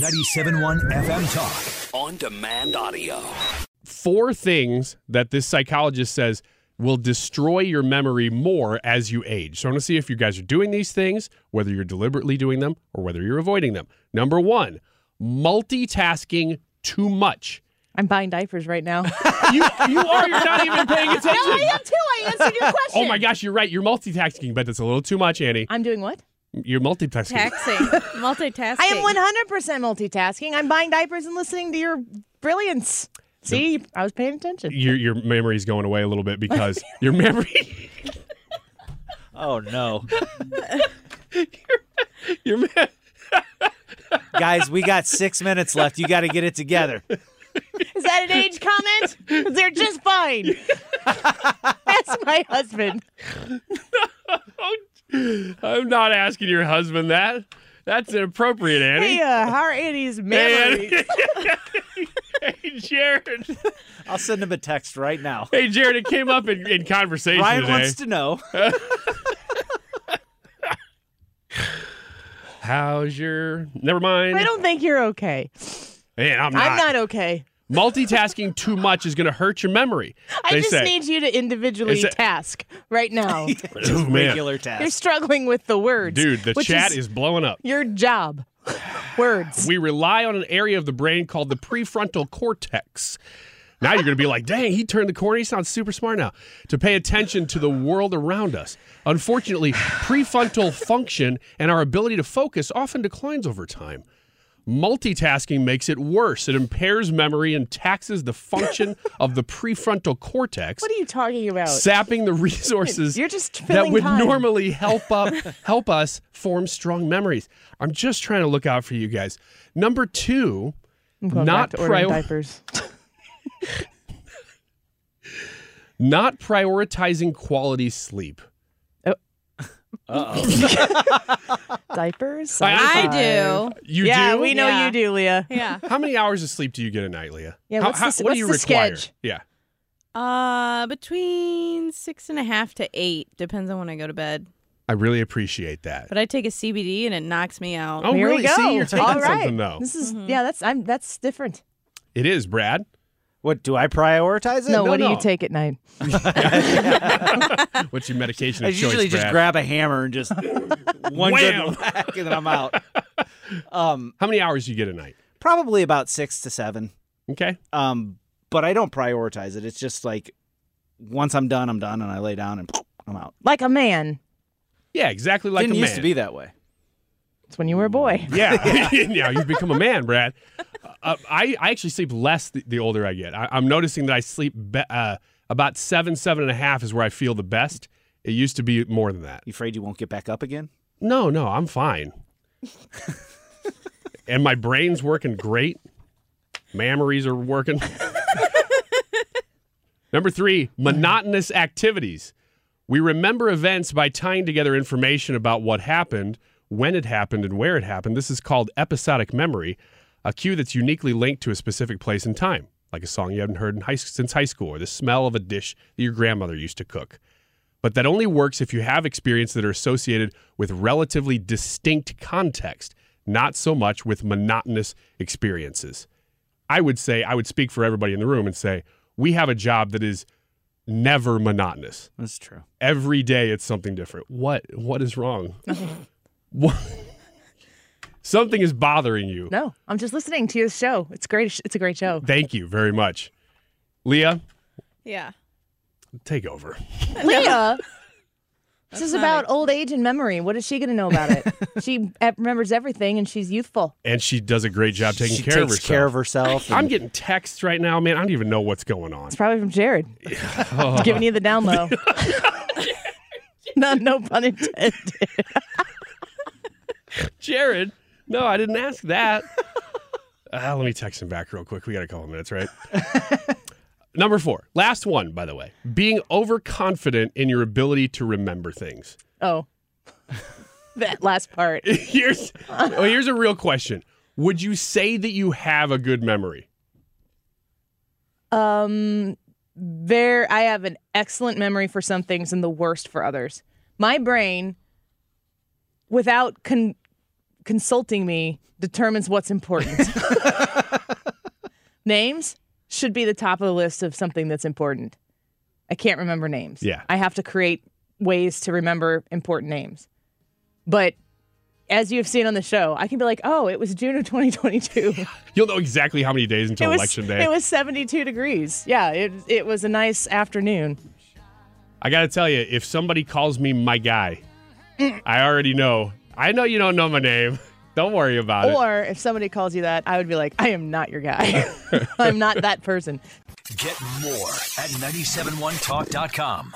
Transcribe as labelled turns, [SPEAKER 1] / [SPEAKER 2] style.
[SPEAKER 1] 971 FM Talk.
[SPEAKER 2] On demand audio.
[SPEAKER 3] Four things that this psychologist says will destroy your memory more as you age. So I want to see if you guys are doing these things, whether you're deliberately doing them or whether you're avoiding them. Number one, multitasking too much.
[SPEAKER 4] I'm buying diapers right now.
[SPEAKER 3] You, you are. You're not even paying attention.
[SPEAKER 4] no, I am too. I answered your question.
[SPEAKER 3] Oh my gosh, you're right. You're multitasking, but it's a little too much, Annie.
[SPEAKER 4] I'm doing what?
[SPEAKER 3] You're multitasking.
[SPEAKER 5] Taxing. Multitasking.
[SPEAKER 4] I am 100% multitasking. I'm buying diapers and listening to your brilliance. See, I was paying attention.
[SPEAKER 3] Your your memory's going away a little bit because your memory
[SPEAKER 6] Oh no,
[SPEAKER 3] your me-
[SPEAKER 6] guys, we got six minutes left. You got to get it together.
[SPEAKER 4] Is that an age comment? 'Cause They're just fine. That's my husband.
[SPEAKER 3] I'm not asking your husband that. That's inappropriate, Annie.
[SPEAKER 4] Hey, uh, how are Annie's
[SPEAKER 3] Hey,
[SPEAKER 4] memories?
[SPEAKER 3] Annie. hey Jared.
[SPEAKER 6] I'll send him a text right now.
[SPEAKER 3] Hey Jared, it came up in, eh? in conversation
[SPEAKER 6] Ryan
[SPEAKER 3] today.
[SPEAKER 6] wants to know.
[SPEAKER 3] How's your never mind.
[SPEAKER 4] I don't think you're okay.
[SPEAKER 3] Man, I'm not.
[SPEAKER 4] I'm not okay.
[SPEAKER 3] Multitasking too much is gonna hurt your memory.
[SPEAKER 4] I
[SPEAKER 3] they
[SPEAKER 4] just
[SPEAKER 3] say.
[SPEAKER 4] need you to individually
[SPEAKER 3] It's a-
[SPEAKER 4] task right now.
[SPEAKER 3] Oh, man.
[SPEAKER 6] Regular
[SPEAKER 4] You're
[SPEAKER 6] task.
[SPEAKER 4] struggling with the words.
[SPEAKER 3] Dude, the
[SPEAKER 4] which
[SPEAKER 3] chat is blowing up.
[SPEAKER 4] your job. Words.
[SPEAKER 3] We rely on an area of the brain called the prefrontal cortex. Now you're going to be like, dang, he turned the corner. He sounds super smart now. To pay attention to the world around us. Unfortunately, prefrontal function and our ability to focus often declines over time. Multitasking makes it worse. It impairs memory and taxes the function of the prefrontal cortex,
[SPEAKER 4] What are you talking about?
[SPEAKER 3] sapping the resources
[SPEAKER 4] You're just
[SPEAKER 3] that
[SPEAKER 4] filling
[SPEAKER 3] would
[SPEAKER 4] time.
[SPEAKER 3] normally help up help us form strong memories. I'm just trying to look out for you guys. Number two,
[SPEAKER 4] Going back
[SPEAKER 3] not
[SPEAKER 4] to ordering
[SPEAKER 3] prior-
[SPEAKER 4] diapers.
[SPEAKER 3] not prioritizing quality sleep.
[SPEAKER 4] diapers.
[SPEAKER 3] I-
[SPEAKER 5] I
[SPEAKER 4] Sci-fi.
[SPEAKER 5] do.
[SPEAKER 3] You
[SPEAKER 4] yeah,
[SPEAKER 3] do.
[SPEAKER 4] we know
[SPEAKER 5] Yeah.
[SPEAKER 4] you do, Leah.
[SPEAKER 5] Yeah.
[SPEAKER 3] How many hours of sleep do you get a night, Leah?
[SPEAKER 4] Yeah,
[SPEAKER 3] How-
[SPEAKER 4] what's
[SPEAKER 3] how-
[SPEAKER 4] the-
[SPEAKER 3] what do
[SPEAKER 4] what's
[SPEAKER 3] you
[SPEAKER 4] the
[SPEAKER 3] require?
[SPEAKER 4] sketch?
[SPEAKER 3] Yeah,
[SPEAKER 5] Uh, between six and a half to eight depends on when I go to bed.
[SPEAKER 3] I really appreciate that.
[SPEAKER 5] But I take a CBD and it knocks me out.
[SPEAKER 3] oh,
[SPEAKER 4] Here
[SPEAKER 3] really?
[SPEAKER 4] we go.
[SPEAKER 3] See, you're taking
[SPEAKER 4] All right.
[SPEAKER 3] something though.
[SPEAKER 4] This is
[SPEAKER 5] Mm-hmm.
[SPEAKER 4] yeah. That's I'm that's different.
[SPEAKER 3] It is, Brad.
[SPEAKER 6] What do I prioritize? It?
[SPEAKER 4] No, what do
[SPEAKER 3] no.
[SPEAKER 4] you take at night?
[SPEAKER 3] What's your medication
[SPEAKER 6] I
[SPEAKER 3] of choice,
[SPEAKER 6] usually just
[SPEAKER 3] Brad?
[SPEAKER 6] grab a hammer and just one
[SPEAKER 3] Wham!
[SPEAKER 6] good whack and then I'm out. Um,
[SPEAKER 3] How many hours do you get a night?
[SPEAKER 6] probably about six to seven.
[SPEAKER 3] Okay.
[SPEAKER 6] Um, but I don't prioritize it. It's just like once I'm done, I'm done, and I lay down and I'm out.
[SPEAKER 4] Like a man.
[SPEAKER 3] Yeah, exactly like
[SPEAKER 6] Didn't
[SPEAKER 3] a man.
[SPEAKER 6] used to be that way.
[SPEAKER 4] It's when you were a boy.
[SPEAKER 3] Mm. Yeah, now you've become a man, Brad. Uh, I, I actually sleep less the, the older I get. I, I'm noticing that I sleep be, uh, about seven, seven and a half is where I feel the best. It used to be more than that.
[SPEAKER 6] You afraid you won't get back up again?
[SPEAKER 3] No, no, I'm fine. and my brain's working great. Mammaries are working. Number three, monotonous activities. We remember events by tying together information about what happened, when it happened, and where it happened. This is called episodic memory, a cue that's uniquely linked to a specific place and time, like a song you haven't heard in high, since high school or the smell of a dish that your grandmother used to cook but that only works if you have experiences that are associated with relatively distinct context, not so much with monotonous experiences. I would say, I would speak for everybody in the room and say, we have a job that is never monotonous.
[SPEAKER 6] That's true.
[SPEAKER 3] Every day it's something different. What what is wrong? what? Something is bothering you.
[SPEAKER 4] No, I'm just listening to your show. It's great. It's a great show.
[SPEAKER 3] Thank you very much. Leah,
[SPEAKER 5] Yeah.
[SPEAKER 3] take over.
[SPEAKER 4] Leah. This is
[SPEAKER 5] not
[SPEAKER 4] about old age and memory. What is she going to know about it? she eh, remembers everything and she's youthful.
[SPEAKER 3] And she does a great job taking
[SPEAKER 6] she
[SPEAKER 3] care
[SPEAKER 6] takes
[SPEAKER 3] of herself.
[SPEAKER 6] care of herself.
[SPEAKER 3] I'm
[SPEAKER 6] and-
[SPEAKER 3] getting texts right now, man. I don't even know what's going on.
[SPEAKER 4] It's probably from Jared. He's giving you the down low. no, no pun intended.
[SPEAKER 3] Jared. No, I didn't ask that. Uh, let me text him back real quick. We got a couple minutes, right? Number four, last one, by the way, being overconfident in your ability to remember things.
[SPEAKER 4] Oh, that last part.
[SPEAKER 3] here's, well, here's a real question Would you say that you have a good memory?
[SPEAKER 4] Um, there, I have an excellent memory for some things and the worst for others. My brain, without con- consulting me determines what's important. names should be the top of the list of something that's important. I can't remember names.
[SPEAKER 3] Yeah.
[SPEAKER 4] I have to create ways to remember important names. But as you have seen on the show, I can be like, oh, it was June of 2022.
[SPEAKER 3] You'll know exactly how many days until
[SPEAKER 4] it was,
[SPEAKER 3] election day.
[SPEAKER 4] It was 72 degrees. Yeah, it, it was a nice afternoon.
[SPEAKER 3] I got to tell you, if somebody calls me my guy,
[SPEAKER 4] Mm.
[SPEAKER 3] I already know. I know you don't know my name. Don't worry about it.
[SPEAKER 4] Or if somebody calls you that, I would be like, I am not your guy. I'm not that person.
[SPEAKER 1] Get more at 971talk.com.